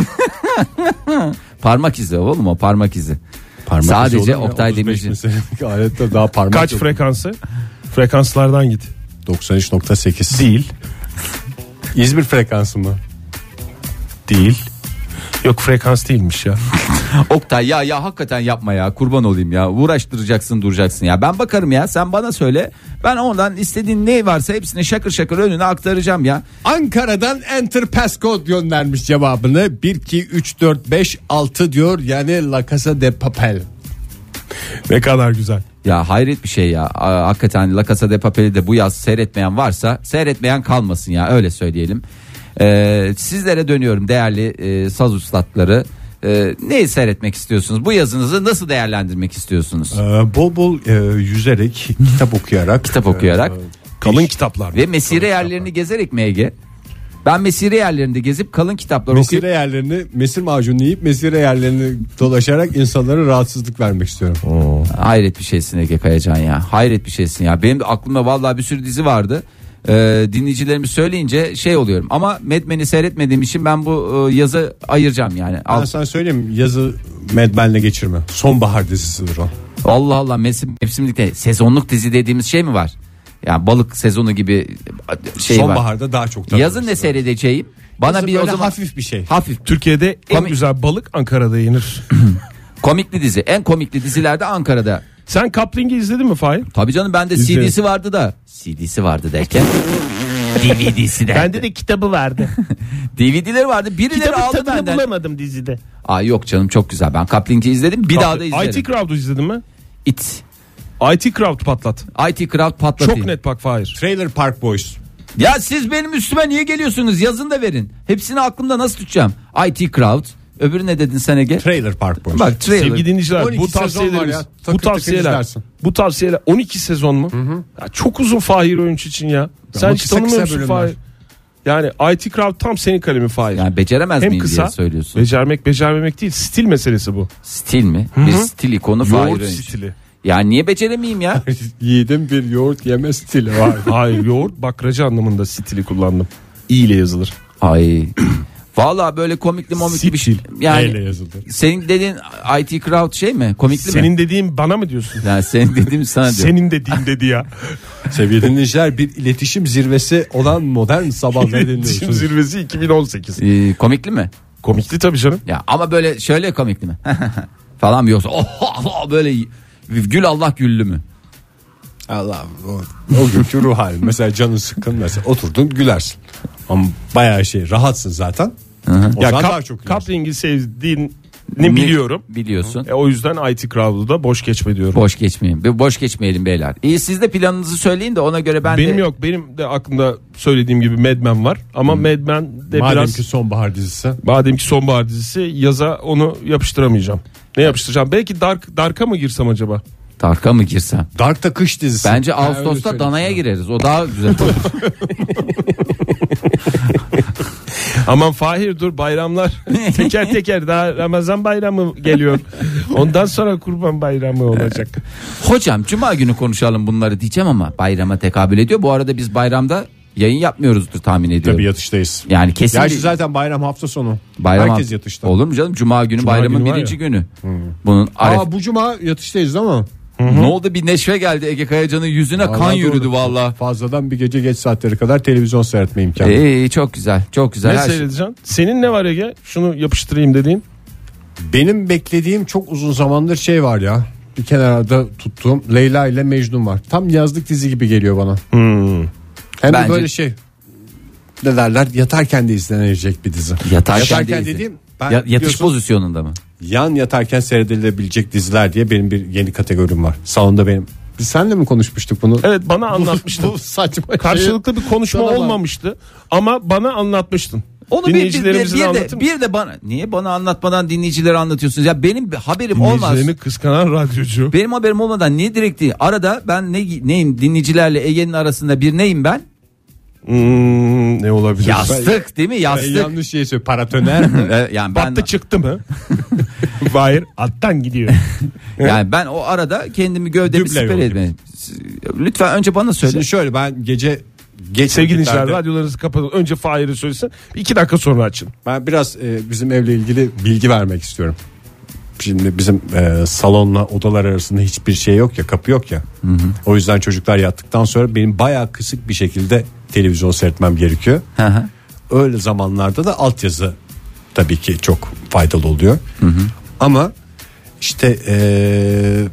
S2: Parmak izi oğlum o parmak izi.
S1: Parmak izi
S2: Sadece
S1: olur mu ya?
S2: Oktay
S1: 35
S2: Demirci.
S1: bin senelik alette daha parmak
S3: kaç
S1: yok.
S3: frekansı? Frekanslardan git.
S1: 93.8 değil. İzmir frekansı mı?
S3: Değil. Yok frekans değilmiş ya.
S2: Oktay ya ya hakikaten yapma ya kurban olayım ya uğraştıracaksın duracaksın ya ben bakarım ya sen bana söyle ben oradan istediğin ne varsa hepsini şakır şakır önüne aktaracağım ya
S1: Ankara'dan Enter Passcode göndermiş cevabını. 1 2 3 4 5 6 diyor. Yani La Casa de Papel.
S3: ne kadar güzel.
S2: ya hayret bir şey ya Aa, hakikaten La Casa de Papel'i de bu yaz seyretmeyen varsa seyretmeyen kalmasın ya öyle söyleyelim Ee, sizlere dönüyorum değerli e, saz ustaları Ee, neyi seyretmek istiyorsunuz bu yazınızı nasıl değerlendirmek istiyorsunuz
S1: Ee, bol bol e, yüzerek, kitap okuyarak. e,
S2: kitap okuyarak
S3: Kalın kitaplar.
S2: ve mesire yerlerini gezerek mi Ege? Ben mesire yerlerinde gezip kalın kitaplar okuyup
S1: Mesire yerlerini, mesir macunu yiyip mesire yerlerini dolaşarak insanlara rahatsızlık vermek istiyorum.
S2: Hayret bir şeysin Ege Kayacan ya. Hayret bir şeysin ya. Benim de aklımda vallahi bir sürü dizi vardı. Ee, dinleyicilerimi söyleyince şey oluyorum. Ama Mad Men'i seyretmediğim için ben bu e, yazı ayıracağım yani. Al-
S1: Ben sana söyleyeyim yazı Mad Men'le geçirme. Sonbahar dizisidir o.
S2: Allah Allah mevsim, mevsimlik ne? Sezonluk dizi dediğimiz şey mi var? Yani balık sezonu gibi şey var.
S1: Sonbaharda daha çok.
S2: Yazın ne seyredeceğim? Bana
S1: Bana
S2: bir o zaman
S1: hafif bir şey.
S2: hafif
S3: Türkiye'de en
S2: Komik-
S3: güzel balık Ankara'da yenir.
S2: komikli dizi. En komikli dizilerde Ankara'da.
S3: Sen Kapling'i izledin mi Fahir?
S2: Tabii canım bende
S3: İzledim.
S2: CD'si vardı da. CD'si vardı derken. DVD'si de.
S7: Bende de kitabı vardı.
S2: DVD'leri vardı. Birileri
S7: Kitabın
S2: aldı
S7: tadını
S2: benden.
S7: bulamadım dizide.
S2: Aa yok canım çok güzel. Ben Kaplink'i izledim. Bir daha da
S3: IT
S2: izlerim.
S3: Crowd'u izledin mi?
S2: It.
S3: IT Crowd patlat.
S2: IT Crowd patladı.
S3: Çok net bak Fahir.
S1: Trailer Park Boys.
S2: Ya siz benim üstüme niye geliyorsunuz? Yazın da verin. Hepsini aklımda nasıl tutacağım? IT Crowd. Öbürü ne dedin sen Ege?
S1: Trailer Park Boys.
S2: Bak trailer.
S3: Sevgili dinleyiciler
S1: 12
S3: bu
S1: sezon var
S3: tavsiyelerimiz.
S1: ya. Takır
S3: bu
S1: takır
S3: tavsiyeler.
S1: izlersin.
S3: Bu tavsiyeler 12 sezon mu? Ya çok uzun Fahir Öğünç için ya. Sen hiç
S1: kısa
S3: tanımıyor
S1: kısa
S3: musun
S1: bölümler.
S3: Fahir? Yani IT Crowd tam senin kalemin Fahir.
S2: Yani beceremez
S3: hem
S2: miyim
S3: kısa
S2: diye söylüyorsun.
S3: becermek becermemek değil stil meselesi bu.
S2: stil mi? Bir stil ikonu Fahir
S3: Yoğurt
S2: Öğünç.
S3: stili.
S2: Ya niye beceremeyeyim ya?
S1: Yiğidin bir yoğurt yeme stili var.
S3: Hayır yoğurt bakracı anlamında stili kullandım. İ ile yazılır.
S2: Ay. Vallahi böyle komikli momikli bir şey.
S3: Stil.
S1: Neyle
S2: Yani
S1: yazılır?
S2: senin dediğin IT Crowd şey mi? Komikli mi?
S3: Senin dediğin bana mı diyorsun?
S2: Yani senin dediğim sana diyorum.
S3: Senin dediğin dedi ya.
S1: Sevgili dinleyiciler bir iletişim zirvesi olan modern sabahları
S3: İletişim
S1: dinliyorsunuz.
S3: zirvesi 2018.
S2: Ee, komikli mi?
S3: Komikti tabii canım.
S2: Ya ama böyle şöyle komikli mi? Falan mı yoksa oh, böyle gül Allah güllü mü?
S1: Allah o, o günkü ruh hali. Mesela canın sıkkın mesela oturdun gülersin. Ama bayağı şey rahatsın zaten. O
S3: Ya
S1: zaman
S3: Kap-
S1: daha çok gülersin.
S3: Coupling'i sevdiğini biliyorum.
S2: Biliyorsun.
S3: E, o yüzden IT Crowd'u da boş geçme diyorum.
S2: Boş geçmeyin. Bir Boş geçmeyelim beyler. İyi siz de planınızı söyleyin de ona göre ben
S3: benim
S2: de...
S3: yok. Benim de aklımda söylediğim gibi Mad Men var. Ama Mad Men de
S1: Hmm. Madem
S3: biraz...
S1: ki sonbahar dizisi.
S3: Madem ki sonbahar dizisi yaza onu yapıştıramayacağım. Ne yapıştıracağım? Belki Dark Dark'a mı girsem acaba?
S2: Tarka mı girsem?
S1: Dark da kış dizisi.
S2: Bence
S1: Ha, öyle
S2: Ağustos'ta
S1: söyleyeyim.
S2: danaya gireriz. O daha güzel.
S3: Aman Fahir dur bayramlar teker teker daha Ramazan bayramı geliyor. Ondan sonra kurban bayramı olacak.
S2: Hocam cuma günü konuşalım bunları diyeceğim ama bayrama tekabül ediyor. Bu arada biz bayramda yayın yapmıyoruzdur tahmin ediyorum.
S1: Tabii yatıştayız.
S2: Yani kesin
S1: Gerçi
S2: bir-
S1: zaten bayram hafta sonu.
S2: bayram
S1: Herkes yatışta.
S2: Olur mu canım? Cuma günü bayramın
S3: günü var
S2: birinci
S3: ya.
S2: günü. Bunun aref...
S1: Hmm. Aa bu cuma yatıştayız değil mi?
S2: Ne oldu bir neşve geldi Ege Kayacan'ın yüzüne kan
S1: Vallahi
S2: yürüdü
S1: doğru.
S2: valla.
S1: Fazladan bir gece geç saatleri kadar televizyon seyretme imkanı.
S2: İyi Ee, çok güzel çok güzel.
S3: Ne
S2: Her şey-
S3: seyredeceksin? Senin ne var Ege? Şunu yapıştırayım dediğin.
S1: Benim beklediğim çok uzun zamandır şey var ya. Bir kenarda tuttuğum Leyla ile Mecnun var. Tam yazlık dizi gibi geliyor bana. Hem
S2: Bence-
S1: de böyle şey ne derler yatarken de izlenecek bir dizi.
S2: Yatarken,
S1: Yatarken
S2: değil.
S1: dediğim, ben
S2: Ya- yatış
S1: biliyorsun-
S2: pozisyonunda mı?
S1: Yan yatarken seyredilebilecek diziler diye benim bir yeni kategorim var. Salonda benim. Biz senle mi konuşmuştuk bunu?
S3: Evet bana anlatmıştın.
S1: Bu saçma şey.
S3: Karşılıklı bir konuşma
S1: Sana bak.
S3: olmamıştı ama bana anlatmıştın.
S2: Onu bir, bir, bir,
S3: Dinleyicilerimize de
S2: bir
S3: anlatır
S2: de,
S3: mısın?
S2: bir de bana niye bana anlatmadan dinleyicilere anlatıyorsunuz? Ya benim bir haberim olmaz.
S3: Dinleyicilerini kıskanan radyocu.
S2: Benim haberim olmadan niye direkt değil? Arada ben ne neyim dinleyicilerle Ege'nin arasında bir neyim ben?
S3: Hmm, ne olabilir?
S2: Yastık değil mi?
S1: Ben
S2: Yastık.
S1: yanlış şey söylüyorum. Paratoner.
S2: Ee, yani ben
S3: Battı çıktı mı? Hayır alttan gidiyor.
S2: yani ben o arada kendimi gövdemi
S1: Duble
S2: siper
S1: yol
S2: etme. Lütfen önce bana söyle.
S1: Şimdi şöyle ben gece geç
S3: Sevgili dinleyiciler
S1: vakitlerde-
S3: radyolarınızı kapatın. Önce Fahir'i söylesin. iki dakika sonra açın.
S1: Ben biraz e, bizim evle ilgili bilgi vermek istiyorum. Şimdi bizim e, salonla odalar arasında hiçbir şey yok ya kapı yok ya. O yüzden çocuklar yattıktan sonra benim bayağı kısık bir şekilde televizyon seyretmem gerekiyor.
S2: Hı hı.
S1: Öyle zamanlarda da altyazı tabii ki çok faydalı oluyor. Ama işte e,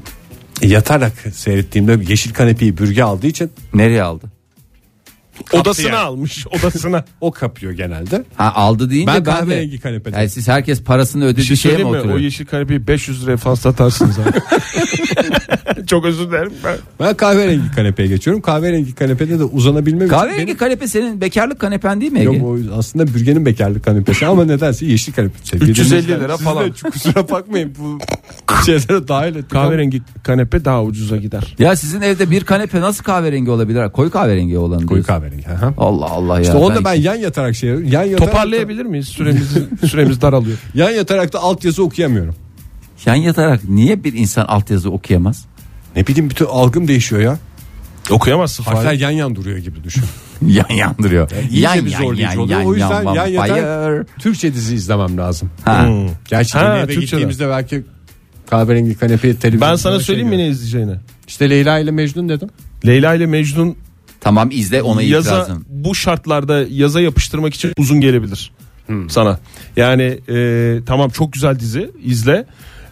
S1: yatarak seyrettiğimde yeşil kanepeyi bürge aldığı için
S2: Nereye aldı?
S3: Odasına almış odasına.
S1: o kapıyor genelde.
S2: Ha aldı deyince ben,
S1: Ben
S2: de-
S1: kahverengi kanepede.
S2: Yani siz herkes parasını ödediği
S3: Bir şey
S2: şeye mi
S3: söyleyeyim mi? O
S2: oturuyor?
S3: yeşil kanepeyi 500 liraya falan satarsınız abi. Çok özür dilerim. Ben.
S1: Ben kahverengi kanepeye geçiyorum. Kahverengi kanepede de uzanabilmem için
S2: Kahverengi
S1: benim-
S2: kanepe senin bekarlık kanepen değil mi Ege?
S1: Yok o aslında bürgenin bekarlık kanepesi ama nedense yeşil kanepe. Sevgili
S3: 350
S1: dinleyiciler,
S3: lira
S1: siz
S3: falan.
S1: de çok kusura bakmayın bu şeylere dahil ettik.
S3: Kahverengi kanepe daha ucuza gider.
S2: Ya sizin evde bir kanepe nasıl kahverengi olabilir? Koyu kahverengi olan
S1: Koyu
S2: diyorsun.
S1: kahverengi. Aha.
S2: Allah Allah ya.
S1: İşte onu da ben yan yatarak şey yan yatarak,
S3: Toparlayabilir miyiz? Süremiz, süremiz daralıyor.
S1: yan yatarak da altyazı okuyamıyorum.
S2: yan yatarak niye bir insan altyazı okuyamaz?
S1: Ne bileyim bütün algım değişiyor ya.
S3: Okuyamazsın
S1: Harfler
S3: Fahir.
S1: yan yan duruyor gibi düşün.
S2: yan yandırıyor.
S1: İyice bir zorlayıcı oluyor. o yüzden yan yatarak Türkçe dizi izlemem lazım. Hmm.
S2: Ha.
S1: Gerçi
S3: Ha,
S1: yeni eve
S3: Türkçe'de.
S1: gittiğimizde belki kahverengi kanepeye televizyon. Şey
S3: Ben sana söyleyeyim mi ne izleyeceğini?
S1: İşte Leyla ile Mecnun dedim.
S3: Leyla ile Mecnun
S2: Tamam izle ona
S3: yaza
S2: itirazım.
S3: bu şartlarda yaza yapıştırmak için uzun gelebilir
S1: Hmm.
S3: sana. Yani e, tamam çok güzel dizi izle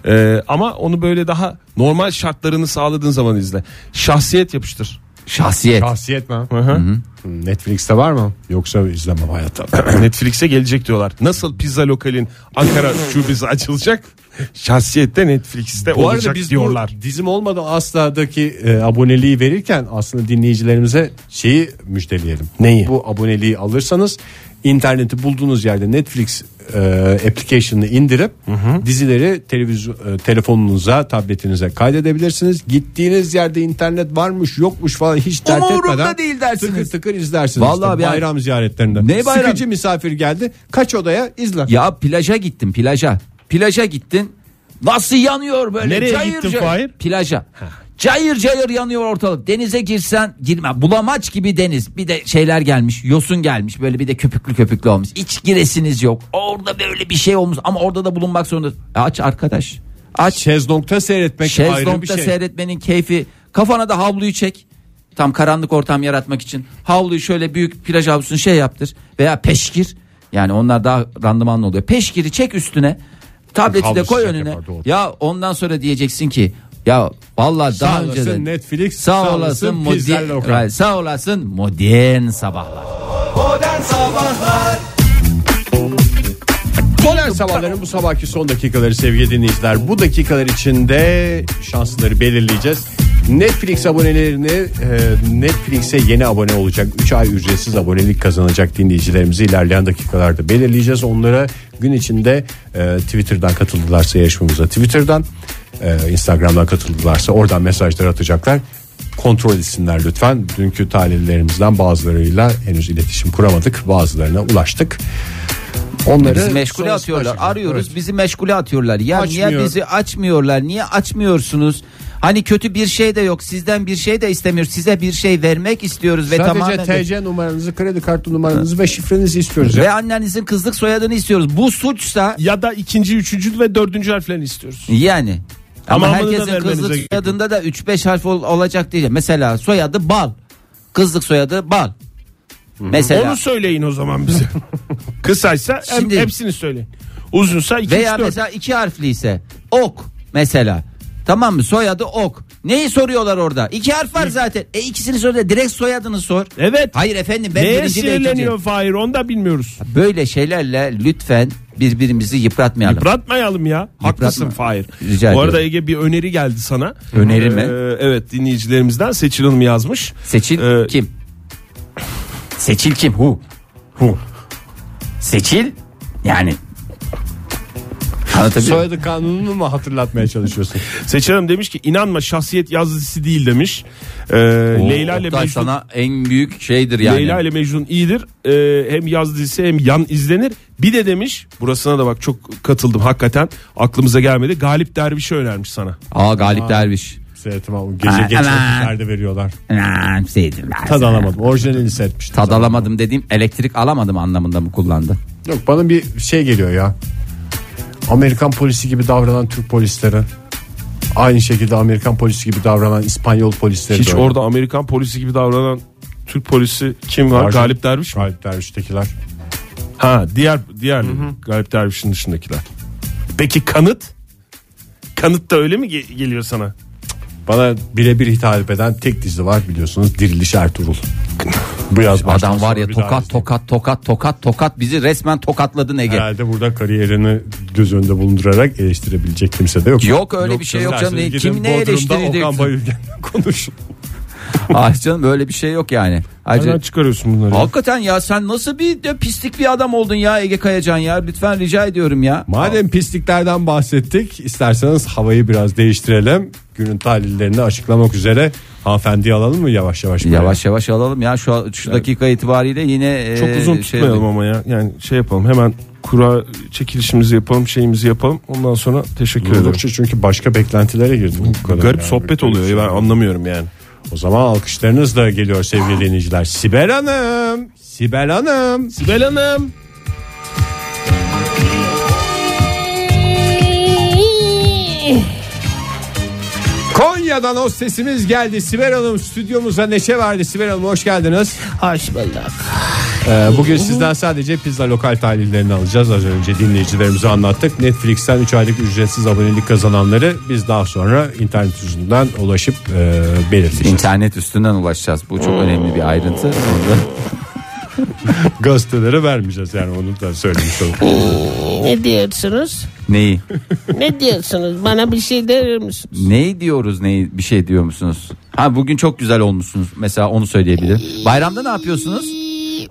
S3: E, ama onu böyle daha normal şartlarını sağladığın zaman izle. Şahsiyet yapıştır.
S2: Şahsiyet.
S1: Şahsiyet mi?
S3: Aha.
S1: Netflix'te var mı? Yoksa izlemem hayatta.
S3: Netflix'e gelecek diyorlar. Nasıl pizza lokalin Ankara şubesi açılacak? Şahsiyette Netflix'te
S1: Bu arada
S3: olacak
S1: biz
S3: diyorlar.
S1: diyorlar. dizim olmadan asladaki e, aboneliği verirken aslında dinleyicilerimize şeyi müjdeleyelim.
S3: Neyi?
S1: Bu aboneliği alırsanız interneti bulduğunuz yerde Netflix e, application'ını indirip dizileri televizyon e, telefonunuza, tabletinize kaydedebilirsiniz. Gittiğiniz yerde internet varmış, yokmuş falan hiç dert
S2: Umurumda
S1: etmeden
S2: değil dersiniz.
S1: tıkır tıkır izlersiniz.
S2: Vallahi
S1: işte,
S2: bir-
S1: bayram ziyaretlerinde.
S2: Ne bayram?
S1: Sıkıcı misafir geldi. Kaç odaya izle.
S2: Ya plaja gittin plaja. Plaja gittin. Nasıl yanıyor böyle?
S3: Nereye gittin Fahir?
S2: Plaja. Cayır cayır yanıyor ortalık. Denize girsen girme. Bulamaç gibi deniz. Bir de şeyler gelmiş. Yosun gelmiş. Böyle bir de köpüklü köpüklü olmuş. İç giresiniz yok. Orada böyle bir şey olmuş. Ama orada da bulunmak zorunda. E Aç arkadaş. Aç.
S1: Şezlong'da seyretmek ayrı bir
S2: Şezlong'da
S1: şey.
S2: seyretmenin keyfi. Kafana da havluyu çek. Tam karanlık ortam yaratmak için. Havluyu şöyle büyük plaj havlusunu şey yaptır. Veya peşkir. Yani onlar daha randımanlı oluyor. Peşkiri çek üstüne. Tableti de
S1: Havlusu
S2: koy
S1: çek
S2: önüne.
S1: yapar, doğru.
S2: Ya ondan sonra diyeceksin ki ya vallahi daha
S1: Sağ
S2: önce
S1: olasın
S2: de
S1: Netflix,
S2: sağ,
S1: sağ
S2: olasın
S1: olasın Pizza
S2: modern
S1: Local.
S2: Hayır, sağ olasın modern sabahlar.
S1: Modern sabahların bu sabahki son dakikaları sevgili dinleyiciler. Bu dakikalar içinde şansları belirleyeceğiz. Netflix abonelerini e, Netflix'e yeni abone olacak 3 ay ücretsiz abonelik kazanacak dinleyicilerimizi ilerleyen dakikalarda belirleyeceğiz. Onlara gün içinde e, Twitter'dan katıldılarsa yarışmamıza Twitter'dan e, Instagram'dan katıldılarsa oradan mesajlar atacaklar. Kontrol etsinler lütfen. Dünkü talihlerimizden bazılarıyla henüz iletişim kuramadık. Bazılarına ulaştık. Onları
S2: Bizi meşgule
S1: sonra
S2: atıyorlar.
S1: sipariş-
S2: Arıyoruz
S1: Evet.
S2: bizi meşgule atıyorlar. Ya niye
S1: Açmıyor.
S2: bizi açmıyorlar? Niye açmıyorsunuz? Hani kötü bir şey de yok. Sizden bir şey de istemiyoruz. Size bir şey vermek istiyoruz ve
S1: Sadece
S2: tamamen de-
S1: TC numaranızı, kredi kartı numaranızı ve şifrenizi istiyoruz. ya.
S2: ve annenizin kızlık soyadını istiyoruz. Bu suçsa
S3: Ya da ikinci, üçüncü ve dördüncü harflerini istiyoruz.
S2: yani ama
S3: Tamamını da
S2: herkesin
S3: vermenize
S2: kızlık
S3: gerek yok.
S2: soyadında da 3-5 harf ol- olacak diye. Mesela soyadı Bal. Kızlık soyadı Bal. Mesela
S3: Onu söyleyin o zaman bize. Kısaysa hem-
S2: Şimdi-
S3: hepsini söyleyin. Uzunsa iki,
S2: Veya
S3: üç, dört.
S2: mesela iki harfli ise ok mesela. Tamam mı? Soyadı ok. Neyi soruyorlar orada? İki harf var zaten. E ikisini soruyor. Direkt soyadını sor.
S3: Evet.
S2: Hayır efendim ben
S3: Neye
S2: birinci de ikinci.
S3: sinirleniyor Fahir onu da bilmiyoruz.
S2: Böyle şeylerle lütfen birbirimizi yıpratmayalım.
S3: Yıpratmayalım ya. Haklısın Fahir.
S2: Rica
S3: Bu arada
S2: ediyorum.
S3: Ege bir öneri geldi sana.
S2: Öneri mi?
S3: Ee, evet dinleyicilerimizden Seçil Hanım yazmış.
S2: Seçil
S3: Ee,
S2: kim? Seçil kim? Hu. Hu. Seçil yani. Anlatabiliyor muyum?
S1: Soyadı kanununu mu hatırlatmaya çalışıyorsun?
S3: Seçil Hanım demiş ki inanma şahsiyet yazısı değil demiş. Ee, Leyla ile
S2: Oktay
S3: Mecnun
S2: sana en büyük şeydir yani.
S3: Leyla ile Mecnun iyidir. Ee, hem yaz dizisi hem yan izlenir. Bir de demiş burasına da bak çok katıldım hakikaten aklımıza gelmedi. Galip Derviş'i önermiş sana.
S2: Aa Galip Derviş.
S1: Seyretme o gece
S2: Aa,
S1: geç
S2: aman.
S1: vakitlerde veriyorlar.
S2: Aa, sevdim ben
S1: Tad
S2: seni.
S1: alamadım. Orijinalini seyretmiştim.
S2: Tad alamadım dediğim elektrik alamadım anlamında mı kullandı?
S1: Yok bana bir şey geliyor ya. Amerikan polisi gibi davranan Türk polisleri. Aynı şekilde Amerikan polisi gibi davranan İspanyol polisleri.
S3: Hiç
S1: de öyle.
S3: orada Amerikan polisi gibi davranan Türk polisi kim var?
S1: Var canım.
S3: Galip Derviş mi?
S1: Galip Derviş'tekiler.
S3: Ha diğer diğer Galip Derviş'in dışındakiler. Peki kanıt? Kanıt da öyle mi ge- geliyor sana?
S1: Bana birebir hitap eden tek dizi var biliyorsunuz Diriliş Ertuğrul. Bu yaz baştan
S2: Adam var
S1: sonra
S2: ya
S1: bir daha
S2: tokat
S1: izleyeyim.
S2: tokat tokat tokat tokat bizi resmen tokatladın Ege.
S1: Herhalde burada kariyerini göz önünde bulundurarak eleştirebilecek kimse de yok.
S2: Yok öyle bir şey yok canım.
S1: Derseniz gidin
S2: Kim ne
S1: Bodrum'da
S2: eleştirecek?
S1: Okan Bayülgen'le konuşun.
S2: Ay canım böyle bir şey yok yani. Ayrıca-
S3: Nereden çıkarıyorsun bunları?
S2: hakikaten ya sen nasıl bir de pislik bir adam oldun ya Ege Kayacan ya. Lütfen rica ediyorum ya.
S1: Madem pisliklerden bahsettik isterseniz havayı biraz değiştirelim. Günün talihlerini açıklamak üzere hanımefendiyi alalım mı yavaş yavaş? buraya?
S2: Yavaş yavaş alalım ya şu şu dakika itibariyle yine
S3: Çok
S1: Ee,
S2: e,
S3: uzun
S2: şey
S3: tutmayalım ama ya. Yani şey yapalım hemen kura çekilişimizi yapalım şeyimizi yapalım. Ondan sonra teşekkür ederim.
S1: Oldukça şey çünkü başka beklentilere girdim. Bu kadar
S3: Garip
S1: yani.
S3: sohbet oluyor ya, ben anlamıyorum yani.
S1: O zaman alkışlarınız da geliyor sevgili dinleyiciler. Sibel Hanım. Sibel Hanım.
S3: Sibel Hanım.
S1: Konya Konya'dan o sesimiz geldi. Sibel Hanım stüdyomuza neşe verdi. Sibel Hanım hoş geldiniz.
S7: Hoş bulduk.
S1: Ee, bugün sizden sadece pizza lokal tahlillerini alacağız. Az önce dinleyicilerimize anlattık. Netflix'ten 3 aylık ücretsiz abonelik kazananları biz daha sonra internet üzerinden ulaşıp e, belirleyeceğiz.
S2: İnternet üstünden ulaşacağız. Bu çok önemli bir ayrıntı. Onu-
S1: Gazetelere vermeyeceğiz yani onu da söylemiş olalım.
S7: Ne diyorsunuz?
S2: Neyi?
S7: Ne diyorsunuz? Bana bir şey der misiniz?
S2: Neyi diyoruz? Neyi bir şey diyor musunuz? Ha bugün çok güzel olmuşsunuz. Mesela onu söyleyebilirim. Bayramda ne yapıyorsunuz?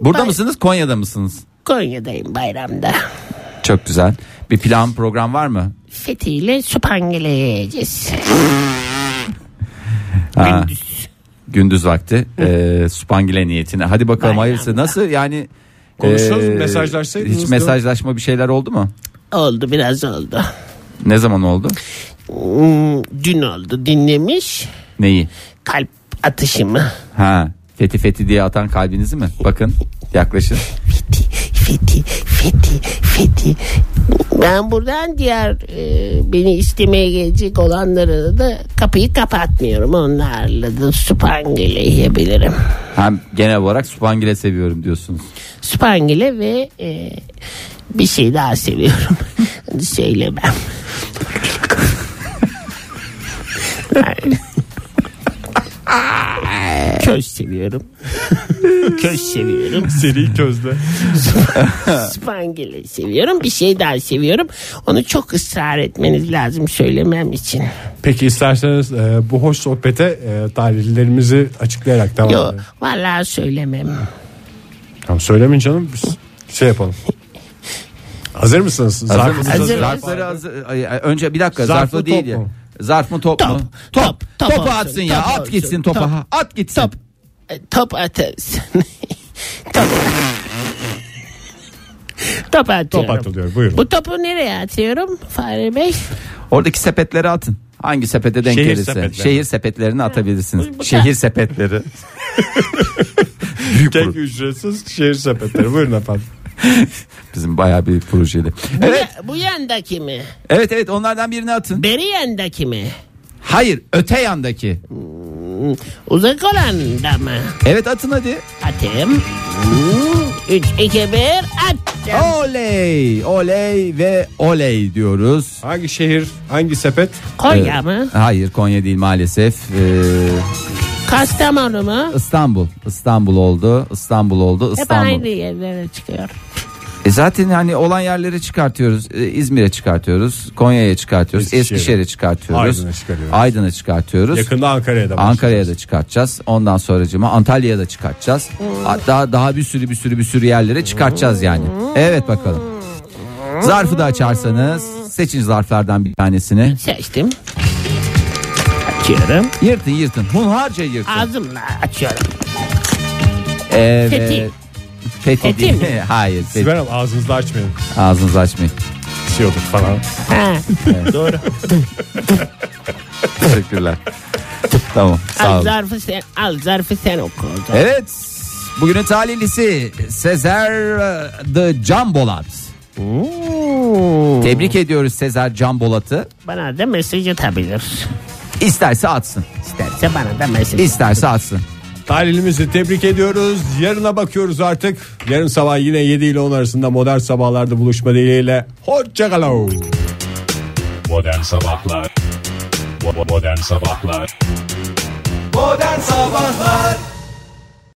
S2: Burada
S7: Bay-
S2: mısınız? Konya'da mısınız?
S7: Konya'dayım bayramda.
S2: Çok güzel. Bir plan program var mı?
S7: Fethi ile Süphangil'e yiyeceğiz.
S2: Ha. Gündüz vakti. Ee, Supangile niyetine. Hadi bakalım
S7: Bayramda.
S2: hayırlısı. Nasıl yani?
S1: Konuşsanız,
S2: ee,
S1: mesajlaşsaydınız
S2: Hiç
S1: da.
S2: mesajlaşma bir şeyler oldu mu?
S7: Oldu biraz oldu.
S2: Ne zaman oldu?
S7: Hmm, Dün oldu dinlemiş
S2: Neyi?
S7: kalp atışımı.
S2: Ha. Fethi fethi diye atan kalbinizi mi? Bakın yaklaşın.
S7: Fethi, Fethi, Fethi. Ben buradan diğer e, beni istemeye gelecek olanlara da kapıyı kapatmıyorum. Onlarla da Süphangil'e yiyebilirim.
S2: Hem genel olarak Supangile seviyorum diyorsunuz.
S7: Süphangil'e ve e, bir şey daha seviyorum. Onu Söylemem. Köz seviyorum. Köz seviyorum.
S3: Seri közde.
S7: Spangili seviyorum. Bir şey daha seviyorum. Onu çok ısrar etmeniz lazım söylemem için.
S1: Peki isterseniz e, bu hoş sohbete e, tarihlerimizi açıklayarak devam
S7: Yo,
S1: edelim.
S7: vallahi söylemem.
S1: Tamam söylemeyin canım biz şey yapalım. Hazır mısınız?
S2: Hazır
S1: Zarfımız
S2: mısınız?
S7: hazır.
S2: Zarfları hazır. Ay, ay, Önce bir dakika
S1: Zarf
S2: zarfı,
S1: mı,
S2: değil
S1: top
S2: ya.
S1: mu?
S2: Zarf mı top, mu?
S7: Top, top
S2: Topu
S7: olsun,
S2: atsın ya.
S7: top
S2: at
S7: olsun,
S2: gitsin topa.
S7: top.
S2: At gitsin.
S7: Top. E, Top atarsın. top. top atıyorum.
S1: Top atılıyor buyurun.
S7: Bu topu nereye atıyorum Fahri Bey?
S2: Oradaki sepetleri atın. Hangi sepete denk
S1: Şehir
S2: gelirse.
S1: sepetleri.
S2: Şehir sepetlerini atabilirsiniz.
S7: Bu- bu-
S2: Şehir sepetleri. Büyük
S1: Tek
S2: pro-
S1: ücretsiz şehir sepetleri buyurun efendim.
S2: bizim bayağı bir projeydi.
S7: Bu,
S2: Evet,
S7: ya- bu yandaki mi?
S2: evet evet onlardan birini atın.
S7: Beri yandaki mi?
S2: Hayır, öte yandaki.
S7: Uzak olan da mı?
S2: Evet atın hadi.
S7: Atayım. 3, 2, 1 attım.
S2: Oley, oley ve oley diyoruz.
S1: Hangi şehir hangi sepet?
S7: Konya
S2: Ee,
S7: mı?
S2: Hayır Konya değil maalesef. Ee,
S7: Kastamonu mu?
S2: İstanbul. İstanbul oldu. İstanbul oldu.
S7: Hep
S2: İstanbul.
S7: aynı yerlere çıkıyor.
S2: E zaten hani olan yerleri çıkartıyoruz. E, İzmir'e çıkartıyoruz. Konya'ya çıkartıyoruz.
S1: Eskişehir'e.
S2: Eskişehir'e çıkartıyoruz.
S1: Aydın'a çıkarıyoruz.
S2: Aydın'a çıkartıyoruz.
S1: Yakında Ankara'ya da başlayacağız.
S2: Ankara'ya da çıkartacağız. Ondan sonracığıma Antalya'ya da çıkartacağız.
S7: Hmm.
S2: Hatta daha bir sürü bir sürü bir sürü yerlere çıkartacağız yani. Evet bakalım. Zarfı da açarsanız seçin zarflardan bir tanesini.
S7: Seçtim. Açıyorum.
S2: Yırtın yırtın. Hunharca yırtın.
S7: Ağzımla açıyorum.
S2: Evet.
S7: Fethi.
S2: Fethi
S7: Fethi
S2: değil.
S7: mi?
S2: Hayır. Fethi.
S1: Sibel Hanım ağzınızı açmayın.
S2: Ağzınızı açmayın.
S1: Siyorduk falan.
S7: Ha,
S2: Teşekkürler. tamam. Sağ
S7: al
S2: olun.
S7: zarfı sen, al zarfı sen oku. o zaman.
S2: Evet. Bugünün talihlisi Sezer e, The Can Bolat. Tebrik ediyoruz Sezer Can Bolat'ı.
S7: Bana da mesaj atabilir.
S2: İsterse atsın.
S7: İsterse bana da mesaj
S2: İsterse atsın.
S1: Tarihimizi tebrik ediyoruz. Yarına bakıyoruz artık. Yarın sabah yine 7 ile 10 arasında modern sabahlarda buluşma dileğiyle. Hoşçakalın.
S8: Modern Sabahlar Bo- bo- Modern Sabahlar
S1: Modern sabahlar.